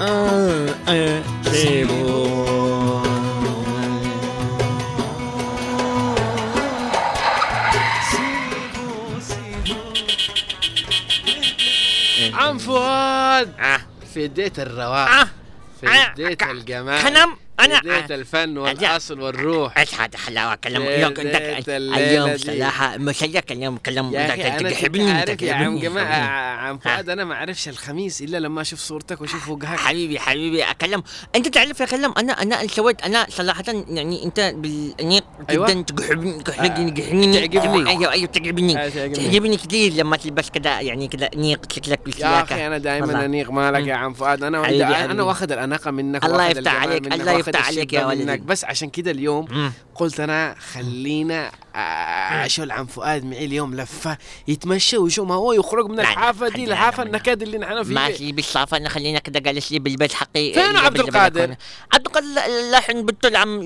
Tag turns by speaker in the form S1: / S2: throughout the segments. S1: un, un, c'est beau.
S2: عم فؤاد
S3: آه.
S2: في ديت الرواق
S3: آه.
S2: في
S3: أنا-
S2: ديت
S3: أك-
S2: الجمال
S3: كنم أنا- آه.
S2: في ديت الفن والأصل والروح
S3: ايش هذا حلاوه كلام
S2: ليلة
S3: يوم عندك
S2: الليلة
S3: اليوم
S2: دي.
S3: صراحه مسيا كلام كلام
S2: يا اخي
S3: انت
S2: انا
S3: آه. تحبني
S2: تحبني
S3: انت
S2: عارف يا عم
S3: تحبني. آه.
S2: جماعه عم فؤاد انا ما اعرفش الخميس الا لما اشوف صورتك واشوف وجهك
S3: حبيبي حبيبي اكلم انت تعرف يا كلام انا انا اللي سويت انا صراحه يعني انت بال يعني
S2: أيوة. آه.
S3: جدا تقحبني تقحبني تقحبني
S2: تعجبني.
S3: ايوه ايوه تعجبني
S2: آه، تعجبني.
S3: تعجبني كتير لما تلبس كذا يعني كذا انيق شكلك
S2: يا
S3: وشياكه
S2: اخي انا دائما
S3: والله.
S2: انيق مالك يا عم فؤاد انا
S3: حبيبي،
S2: أنا-
S3: حبيبي.
S2: انا واخد الاناقه منك
S3: الله
S2: واخد
S3: يفتح
S2: الجمال
S3: عليك،
S2: منك،
S3: الله
S2: واخد
S3: يفتح عليك يا
S2: الشدة
S3: ولدي.
S2: منك. بس عشان كده اليوم
S3: مم.
S2: قلت انا خلينا آه، اشول عم فؤاد معي اليوم لفه يتمشى ويشوف ما هو يخرج من
S3: لا، لا،
S2: الحافه دي
S3: خلينا
S2: الحافه
S3: نعمل.
S2: النكد اللي نحن فيه
S3: ماشي بالصافة انا خلينا كده جالس لي بالبيت حقي
S2: فين
S3: اللي
S2: عبد
S3: قبل
S2: القادر؟
S3: البلكونة. عبد القادر لاحن بالتلعم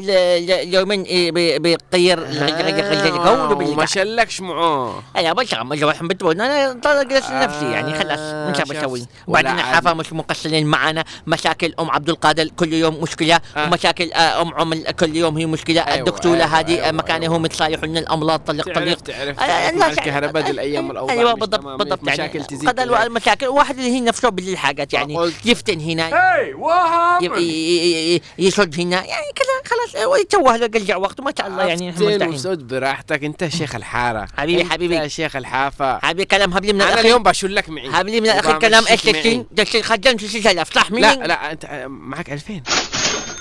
S3: يومين إيه بي- بيطير
S2: آه،
S3: القول
S2: وما
S3: وبالقعد
S2: شلكش معاه
S3: انا بس عم اروح بتبون انا طالع جالس لنفسي يعني خلاص
S2: آه،
S3: انت
S2: شفت.
S3: بسوي
S2: ولا
S3: وبعدين الحافة مش مقصرين معانا مشاكل ام عبد القادر كل يوم مشكله
S2: آه.
S3: ومشاكل آه، ام عمر كل يوم هي مشكله
S2: أيوة،
S3: الدكتوره
S2: أيوة،
S3: هذه
S2: أيوة،
S3: آه، مكانهم يتصالحون الاملاط طلق طلق
S2: تعرف تعرف
S3: آه،
S2: مع
S3: الناس-
S2: الكهرباء دي الايام الاول
S3: ايوه بالضبط بالضبط
S2: مشاكل تزيد
S3: قدر
S2: بالله.
S3: المشاكل واحد اللي هي نفسه بالحاجات يعني
S2: فقلت-
S3: يفتن هنا ي- ي- ي- يشد هنا يعني كذا خلاص هو يتوه له يرجع وقته ما شاء الله يعني نحن
S2: افتن
S3: مرتاحين
S2: وسود براحتك انت شيخ الحاره
S3: حبيبي،
S2: انت
S3: حبيبي.
S2: شيخ الحافه
S3: حبيبي كلام هب لي من
S2: انا
S3: الاخير
S2: اليوم بشلك معي
S3: هب لي من الاخير
S2: وبعمل
S3: كلام
S2: شيك
S3: ايش
S2: معي.
S3: تشتين دشتين خدام شو سلف صح مني
S2: لا لا انت آه، معك 2000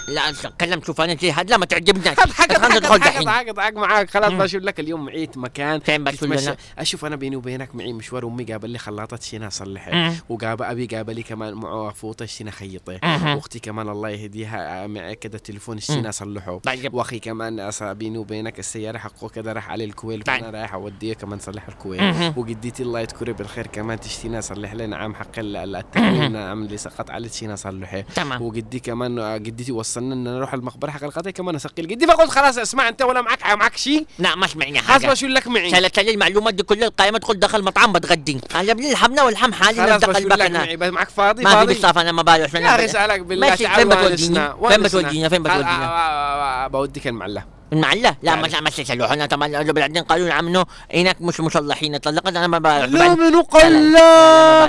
S3: لا كلام شوف انا زي هذا ما تعجبني
S2: حد حقد
S3: خلنا
S2: حقد
S3: ندخل
S2: حقد
S3: دحين
S2: حقد حقد معاك خلاص
S3: مم.
S2: بشوف لك اليوم معيت مكان
S3: فين بشوف
S2: تتمشى.
S3: لنا؟
S2: اشوف انا بيني وبينك معي مشوار امي جاب لي خلاطه شينا اصلحه
S3: مم.
S2: وجاب ابي جاب لي كمان معه فوطه شينا خيطه
S3: مهم.
S2: واختي كمان الله يهديها آه، معي كده تليفون شينا اصلحه
S3: طيب
S2: واخي كمان أص- بيني وبينك السياره حقه كده راح عليه الكويل
S3: طيب.
S2: فانا رايح اوديه كمان صلح الكويل
S3: مهم.
S2: وجدتي الله يذكرها بالخير كمان تشتينا صلح لنا عام حق ال- ال- التحويل نعم اللي سقط عليه تشينا صلحه
S3: تمام
S2: وجدي كمان آه، جدتي وصلنا ان نروح المقبره حق القضيه كمان اسقيل جدي فقلت خلاص اسمع انت ولا معك معك شيء
S3: لا ما سمعنا
S2: خلاص
S3: حاجه
S2: بشيل لك معي
S3: سالت لي المعلومات دي كلها القائمه تقول دخل مطعم بتغدي انا ابن الحمنا والحم حالي
S2: خلاص
S3: نبدا
S2: بشيل لك
S3: البقنا
S2: معي بس معك فاضي
S3: ما في
S2: فاضي
S3: بالصافه انا ما بعرف
S2: يا
S3: أنا
S2: اخي
S3: بدي-
S2: اسالك بالله
S3: ماشي،
S2: تعال
S3: فين بتوديني؟
S2: ونسنا-
S3: فين
S2: ونسنا.
S3: بتودينا؟ فين
S2: آه، آه،
S3: بتودينا؟
S2: آه، آه، آه، بوديك المعله
S3: المعلة لا ما
S2: يعني.
S3: ما سلسلوه انا طبعا لو بعدين قالوا نعم انه هناك مش مصلحين طلقت انا ما بعرف
S2: لا
S3: بعد-
S2: منو
S3: لا،
S2: قلاك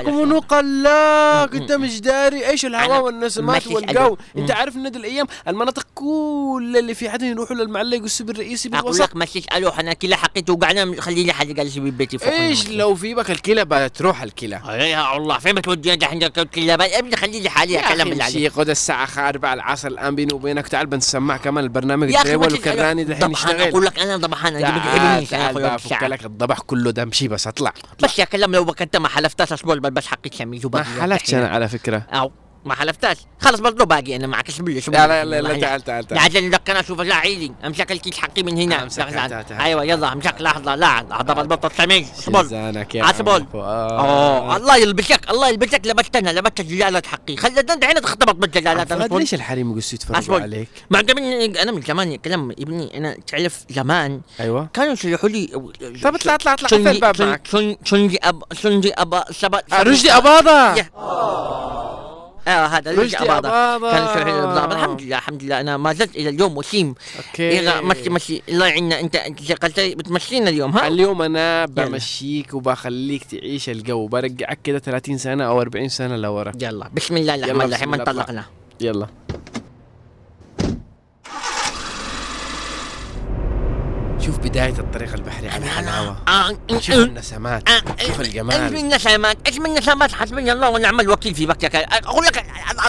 S3: لا،
S2: منو قلاك
S3: م-
S2: انت مش داري ايش
S3: أنا
S2: الهواء والنسمات
S3: ماشي
S2: والجو
S3: أدب.
S2: انت
S3: م.
S2: عارف ان هذه الايام المناطق كلها اللي في عدن يروحوا للمعله يقصوا بالرئيسي
S3: اقول
S2: بالوسط
S3: لك ما تسالوه انا كلا حقيت وقعنا خليني حد قال لي ببيتي فوق
S2: ايش
S3: المكتب.
S2: لو في بك الكلى بتروح الكلى
S3: أي يا الله فين بتودينا دحين يا كلا بعد ابني خليني حالي اكلم اللي علي
S2: شيء قد الساعة 4 العصر الآن بيني وبينك تعال بنسمع كمان البرنامج
S3: يا اخي ما
S2: الدريول
S3: تسأله.
S2: وكراني دحين
S3: ضبحان
S2: يشتغل
S3: اقول لك انا ضبحان انت بتحبني يا
S2: آه، تعال
S3: أخي
S2: تعال
S3: يا
S2: بقى
S3: أخي
S2: فك
S3: ساعة.
S2: لك الضبح كله ده امشي بس اطلع
S3: بس يا كلام لو كنت ما حلفتش اصبر بس حقي تسميه
S2: ما
S3: وبقي
S2: حلفتش انا على فكرة
S3: او ما حلفتش خلص برضه باقي انا معك اصبر لي
S2: لا لا لا, لا تعال تعال تعال
S3: لعجل يعني لك انا اشوف لا عيلي امسك الكيس حقي من
S2: أنا
S3: هنا
S2: أمسكها،
S3: لحظة.
S2: تعال، تعال.
S3: ايوه يلا امسك لحظه لا لحظه بالبط السمين اصبر
S2: شزانك يا آه.
S3: عسبل.
S2: عم فؤاد.
S3: اوه الله يلبسك الله يلبسك لبستنا لبست جلالات حقي خلي دحين تختبط بالجلالات
S2: فؤاد
S3: اصبر
S2: ليش الحريم يقصوا يتفرجوا
S3: عسبل.
S2: عليك؟
S3: ما عجبني انا من زمان يا كلام ابني انا تعرف زمان
S2: ايوه
S3: كانوا يصلحوا لي
S2: طب اطلع اطلع اطلع قفل
S3: شنجي
S2: الباب معك
S3: شنجي اب شنجي ابا سبت
S2: آه، رشدي اباضة
S3: يا- اه هذا
S2: رشدي
S3: رشدي اباضة
S2: أباضة.
S3: كان يصلحوا لي البضاعة الحمد لله الحمد لله انا ما زلت الى اليوم وسيم
S2: إيه.
S3: يلا مشي مشي الله يعيننا انت انت قلت لي بتمشينا اليوم ها
S2: اليوم انا بمشيك وبخليك تعيش الجو برجعك كده 30 سنة او 40 سنة لورا
S3: يلا بسم الله
S2: يلا
S3: الرحمن
S2: بسم
S3: الرحيم
S2: الله، اطلع.
S3: انطلقنا
S2: يلا شوف بداية الطريق البحري على الهواء
S3: آه،
S2: شوف النسمات شوف
S3: ايش
S2: الجمال
S3: آه، من نسمات ايش من نسمات حسبني الله ونعم الوكيل في بكتك اقول لك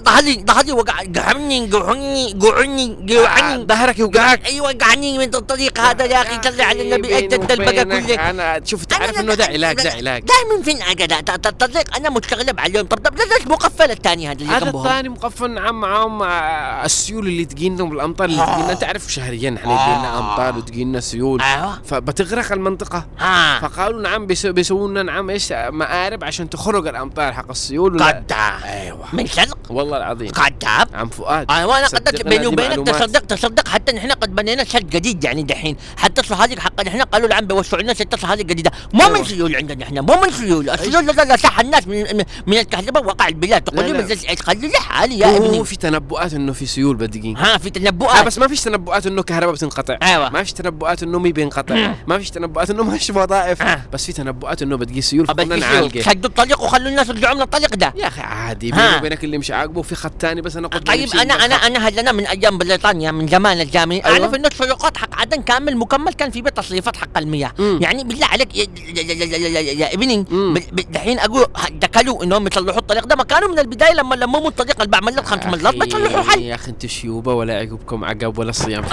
S3: ظهري ظهري وقع قعني قعني قعني
S2: آه،
S3: قعني
S2: ظهرك يوجعك
S3: ايوه قعني من الطريق هذا يا اخي صلي على النبي
S2: بيني
S3: اجد البقى
S2: وبينك
S3: كله
S2: انا طيب، شوف
S3: أنا
S2: تعرف
S3: لا-
S2: انه ده
S3: لا-
S2: علاج
S3: لا-
S2: ده علاج
S3: دائما فين اجدع الطريق انا متشغلب عليهم طب طب ليش مقفل الثاني هذا اللي
S2: هذا
S3: جنبهم
S2: الثاني مقفل نعم معاهم آه، السيول اللي تجينا والامطار اللي تجينا انت عارف شهريا احنا يجينا امطار وتجينا سيول البول
S3: ايوه
S2: فبتغرق المنطقة
S3: ها
S2: فقالوا نعم بيسو- بيسووا لنا نعم ايش مآرب عشان تخرج الأمطار حق السيول ولا-
S3: قدام
S2: ايوه
S3: من صدق
S2: والله العظيم
S3: قدام
S2: عم فؤاد
S3: ايوه انا قدك
S2: صدقنا
S3: بيني
S2: دي
S3: وبينك
S2: معلومات.
S3: تصدق تصدق حتى نحن قد بنينا شط جديد يعني دحين حتى الصحة هذه حق نحن قالوا العم بيوسعوا لنا شط الصحة هذه الجديده مو من
S2: أيوة.
S3: سيول عندنا احنا مو من سيول السيول لا لا لا صح الناس من من- من الكهرباء وقع البلاد تقول لي
S2: لا.
S3: من زي- خلي لي حالي يا
S2: هو
S3: ابني
S2: في تنبؤات انه في سيول بدقين
S3: ها في
S2: آه
S3: تنبؤات
S2: بس ما فيش تنبؤات انه كهرباء بتنقطع
S3: أيوة.
S2: ما فيش تنبؤات انه مي بينقطع ما فيش تنبؤات انه ماشي وظائف
S3: آه.
S2: بس في تنبؤات انه بتقي سيول
S3: بس
S2: فقلنا
S3: في سيول.
S2: نعالجه
S3: سدوا الطريق وخلوا الناس يرجعوا من الطريق ده
S2: يا اخي عادي
S3: ها.
S2: بيني وبينك اللي مش عاجبه في خط تاني بس انا قلت
S3: طيب
S2: نمشي
S3: انا انا انا هل انا من ايام بريطانيا من زمان الزامن
S2: أيوة.
S3: اعرف انه السياقات حق عدن كامل مكمل كان في تصريفات حق المياه
S2: مم.
S3: يعني بالله عليك يا, يا, يا, يا, يا, يا, يا ابني
S2: مم.
S3: بال- بال- دحين اقول دكلوا انهم يصلحوا الطريق ده ما كانوا من البدايه لما لمموا الطريق البع ملط خمس
S2: يا
S3: ملط
S2: أخي-
S3: بيصلحوا حل آه،
S2: يا اخي انتوا شيوبه ولا يعقبكم عقب ولا صيام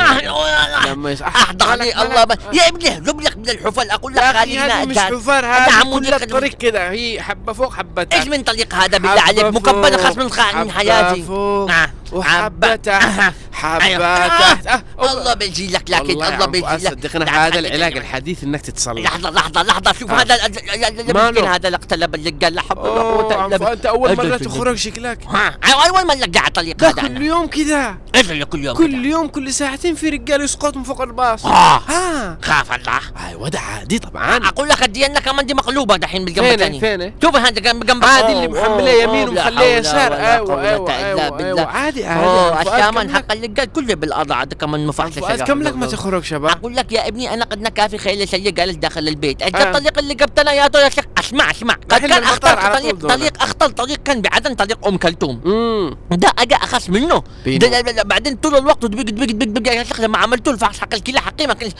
S2: لما يس-
S3: احضرني الله بس يا ابني اهرب لك من الحفل اقول لك
S2: يا اخي
S3: خلينا
S2: هذه مش
S3: أجاز.
S2: حفر
S3: أنا
S2: هذه
S3: عمودي
S2: كل
S3: قد-
S2: الطريق كده هي حبه فوق حبه
S3: ايش
S2: تحت
S3: من طريق هذا بالله
S2: حبة
S3: عليك مكبر
S2: فوق،
S3: خاص من خ- من
S2: حبة
S3: حياتي
S2: فوق،
S3: آه.
S2: وحبه تحت حبه
S3: أيوة.
S2: تحت آه، أوبا.
S3: الله بيجي لك لكن
S2: والله يا
S3: الله
S2: عم
S3: بيجي
S2: فؤاد
S3: لك
S2: صدقنا
S3: لا
S2: هذا
S3: تحدد
S2: العلاج
S3: يعني.
S2: الحديث انك تتصلح
S3: لحظة لحظة لحظة شوف
S2: آه.
S3: هذا ال- ال- ال-
S2: ماله؟
S3: المسكين هذا الاقتلب اللي قال لا حول ولا قوة
S2: اوه
S3: الا
S2: عم
S3: بالله
S2: فؤاد، انت اول
S3: أجل
S2: مره
S3: في
S2: تخرج شكلك
S3: الجنة. ها أيوة، اول ما لك على الطريق
S2: ده
S3: هذا
S2: كل
S3: أنا.
S2: يوم كذا
S3: ايش اللي كل يوم
S2: كل يوم كل ساعتين في رجال يسقط من فوق الباص
S3: آه.
S2: ها
S3: خاف الله
S2: ايوه ده عادي طبعا
S3: اقول لك ادي انك كمان دي مقلوبة دحين بالجنب
S2: فين
S3: الثاني
S2: فين
S3: شوف هذا جنب جنب
S2: عادي اللي محمله يمين ومخليه يسار
S3: ايوه
S2: ايوه ايوه ايوه ايوه عادي
S3: اوه
S2: عادي عم
S3: الشامان
S2: فؤاد
S3: حق اللي قال كله بالاضاءة هذا كمان مفحص
S2: فؤاد كم لك ما تخرج شباب
S3: اقول لك يا ابني انا قد نكافي خيل سيء جالس داخل البيت انت
S2: آه.
S3: الطريق اللي جبتنا يا تو يا شيخ اسمع اسمع قد
S2: دحين
S3: كان
S2: المطار
S3: اخطر
S2: على
S3: طريق
S2: طول دولة.
S3: طريق اخطر طريق كان بعدن طريق ام كلثوم
S2: امم
S3: ده اجى اخس منه
S2: بينو.
S3: ده ده- ده- بعدين طول الوقت دبق دبق دبق دبق يا شيخ لما عملت له الفحص حق الكلى حقي ما كانش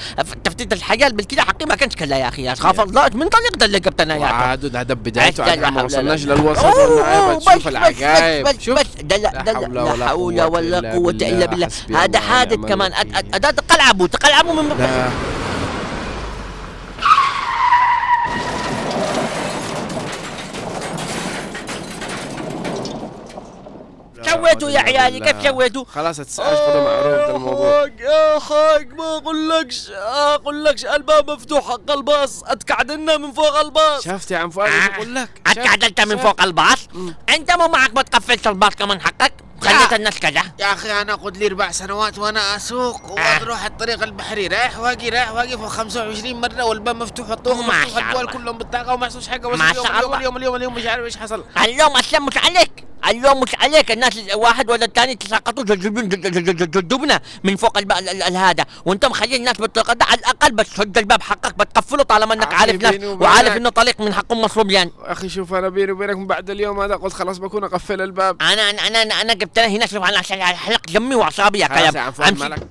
S3: تفتيت الحيال بالكلى حقي ما كانش كلا يا اخي يا خاف الله من طريق ده اللي جبتنا يا تو.
S2: وعاد ده ده بدايته
S3: عاد
S2: عاد
S3: لا
S2: ما
S3: حول ولا
S2: وصلناش
S3: قوة.
S2: للوسط
S3: أوه،
S2: والنهايه
S3: بس-
S2: بتشوف
S3: بس-
S2: العجائب
S3: بس
S2: شوف
S3: بس ده لا ده لا لا حول ولا قوة الا بالله
S2: حسبي
S3: هذا
S2: الله
S3: حادث
S2: ونعم
S3: كمان أد-
S2: الوكيل.
S3: أد- ده تقلعبوا تقلعبوا من
S2: لا
S3: سويتوا يا عيالي كيف سويتوا؟
S2: خلاص تسألش خذ معروف ده الموضوع
S1: اخاك اخاك ما اقولكش اقولكش الباب مفتوح حق الباص اتكعدنا من فوق الباص
S2: شفت يا عم فؤاد
S3: آه.
S2: ايش بقول لك شفت؟
S3: اتكعدلت من
S2: شفت؟
S3: فوق الباص
S2: مم.
S3: انت مو معك ما تقفلت الباص كمان حقك خليت الناس كذا
S2: يا اخي انا قد لي اربع سنوات وانا اسوق
S3: آه.
S2: واروح الطريق البحري رايح واجي رايح واجي فوق 25 مره والباب مفتوح والطرق
S3: ما
S2: مفتوح
S3: شاء
S2: الدول
S3: الله.
S2: كلهم بالطاقه وما يحصلش حاجه بس
S3: ما
S2: اليوم
S3: شاء
S2: اليوم
S3: الله.
S2: اليوم اليوم اليوم مش عارف ايش حصل
S3: اليوم اصلا مش عليك اليوم مش عليك الناس واحد ولا الثاني تساقطوا جذبون- جذ- جذ- جذ- جذبنا من فوق الب- ال- ال- ال- هذا وانت مخلي الناس بالطريقه ده على الاقل بتسد الباب حقك بتقفله طالما انك
S2: عمي
S3: عارف ناس
S2: بيني وبينك.
S3: وعارف انه طريق من حقهم مصروف يعني
S2: اخي شوف انا بيني وبينك من بعد اليوم هذا قلت خلاص بكون اقفل الباب
S3: انا انا انا انا, أنا جبت لها هنا شوف انا عشان حلق دمي واعصابي يا
S2: خلاص يا
S3: كلام
S2: عم فؤاد
S3: طيب، أمشي.
S2: مالك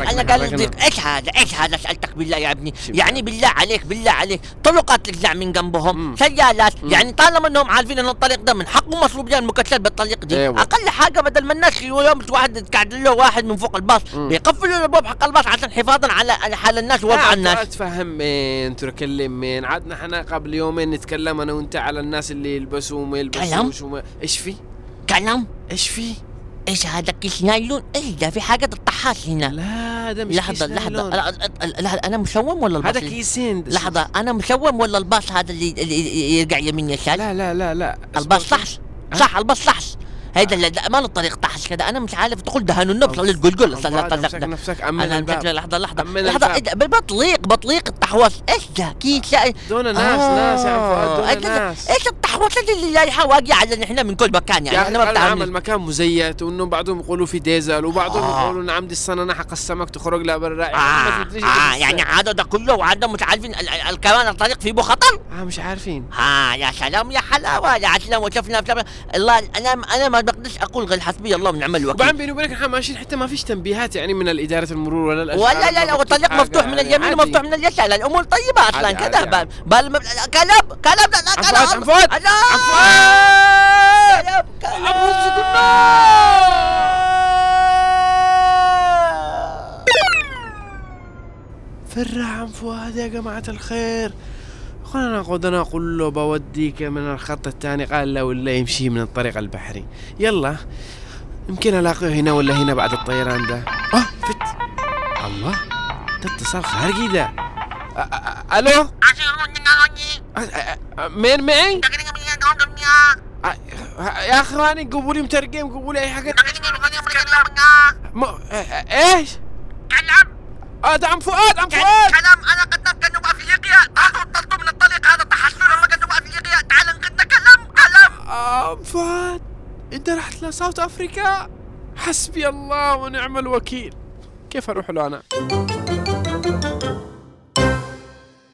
S3: انا
S2: ركنك-
S3: قال
S2: ركنك.
S3: للضيق ايش هذا ايش هذا سالتك بالله يا ابني
S2: شو
S3: يعني بالله عليك بالله عليك طرقات الاجزاء من جنبهم
S2: مم.
S3: سيالات
S2: مم.
S3: يعني طالما انهم عارفين ان الطريق ده من حقهم مصروف جان مكسل بالطريق دي
S2: أيوة.
S3: اقل حاجه بدل ما الناس يوم واحد قاعد له واحد من فوق الباص
S2: مم.
S3: بيقفلوا الابواب حق الباص عشان حفاظا على على حال الناس ووضع
S2: لا،
S3: الناس
S2: اتفهم من تكلم من عدنا احنا قبل يومين نتكلم انا وانت على الناس اللي يلبسوا وما يلبسوش وما ايش في؟
S3: كلام
S2: ايش في؟
S3: ايش هذا كيس نايلون ايش ده في حاجه الطحاس هنا
S2: لا ده مش
S3: لحظه
S2: كيس
S3: لحظه
S2: نايلون.
S3: لا- لا- لا- انا مسوم ولا الباص
S2: هذا
S3: اللي-
S2: كيسين ده.
S3: لحظه انا مسوم ولا الباص هذا اللي اللي يرجع يمين يسار
S2: لا لا لا لا
S3: الباص صحش
S2: ها؟ آه.
S3: صح الباص صحش هيدا لا لا، ما له طريق طحش كذا انا مش عارف تقول دهن النبض صلي تقول قول صلي
S2: الله،
S3: صلي-
S2: امسك
S3: صلي
S2: نفسك امن
S3: انا امسك
S2: الباب
S3: لحظه لحظه
S2: أمن
S3: لحظه
S2: الباب.
S3: إيه ده؟ بال- بطليق بطليق التحوص ايش ده كيس لا-
S2: دون ناس
S3: آه،
S2: ناس يا عم فؤاد
S3: إيه
S2: دون
S3: ده؟
S2: ناس
S3: ايش التحوص اللي رايحه واجي على نحن من كل مكان يعني
S2: يا
S3: انا ما
S2: اخي نعم
S3: بتعامل
S2: المكان مزيت وانه بعضهم يقولوا في ديزل وبعضهم
S3: آه.
S2: يقولوا نعم دي الصننه حق السمك تخرج لا برا يعني
S3: اه اه يعني عاد ده كله وعاد مش عارفين ال- ال- ال- كمان الطريق فيه بو خطر
S2: اه مش عارفين
S3: ها يا سلام يا حلاوه يا سلام وشفنا شفنا الله انا انا ما بقدرش اقول غير حسبي الله ونعم الوكيل
S2: وبعدين بيني وبينك احنا ماشيين حتى ما فيش تنبيهات يعني من الاداره المرور ولا الأشرار
S3: ولا لا لا
S2: ما مكتوب
S3: والطريق
S2: حاجة
S3: مفتوح من
S2: يعني
S3: اليمين
S2: عادي.
S3: ومفتوح من اليسار الامور طيبه اصلا
S2: عادي،
S3: كذا
S2: عادي،
S3: بال
S2: عادي.
S3: بال كلام كلام لا لا
S2: عفوا،
S3: كلام
S2: عفوا، عفوا.
S3: لا، كلام كلام
S2: فرح عن فؤاد يا جماعة الخير خلنا نقعد أنا أقول له بوديك من الخط الثاني قال لا ولا يمشي من الطريق البحري يلا يمكن الاقيه هنا ولا هنا بعد الطيران ده اه فت الله ده اتصال خارجي ده أ- أ- الو أ- أ- أ- مين معي؟ أ- يا اخي راني قولوا لي مترقم قولوا لي اي حاجه م... أ- ايش؟ اه ده عم فؤاد عم فؤاد عم آه، فؤاد انت رحت لساوث افريكا حسبي الله ونعم الوكيل كيف اروح له انا؟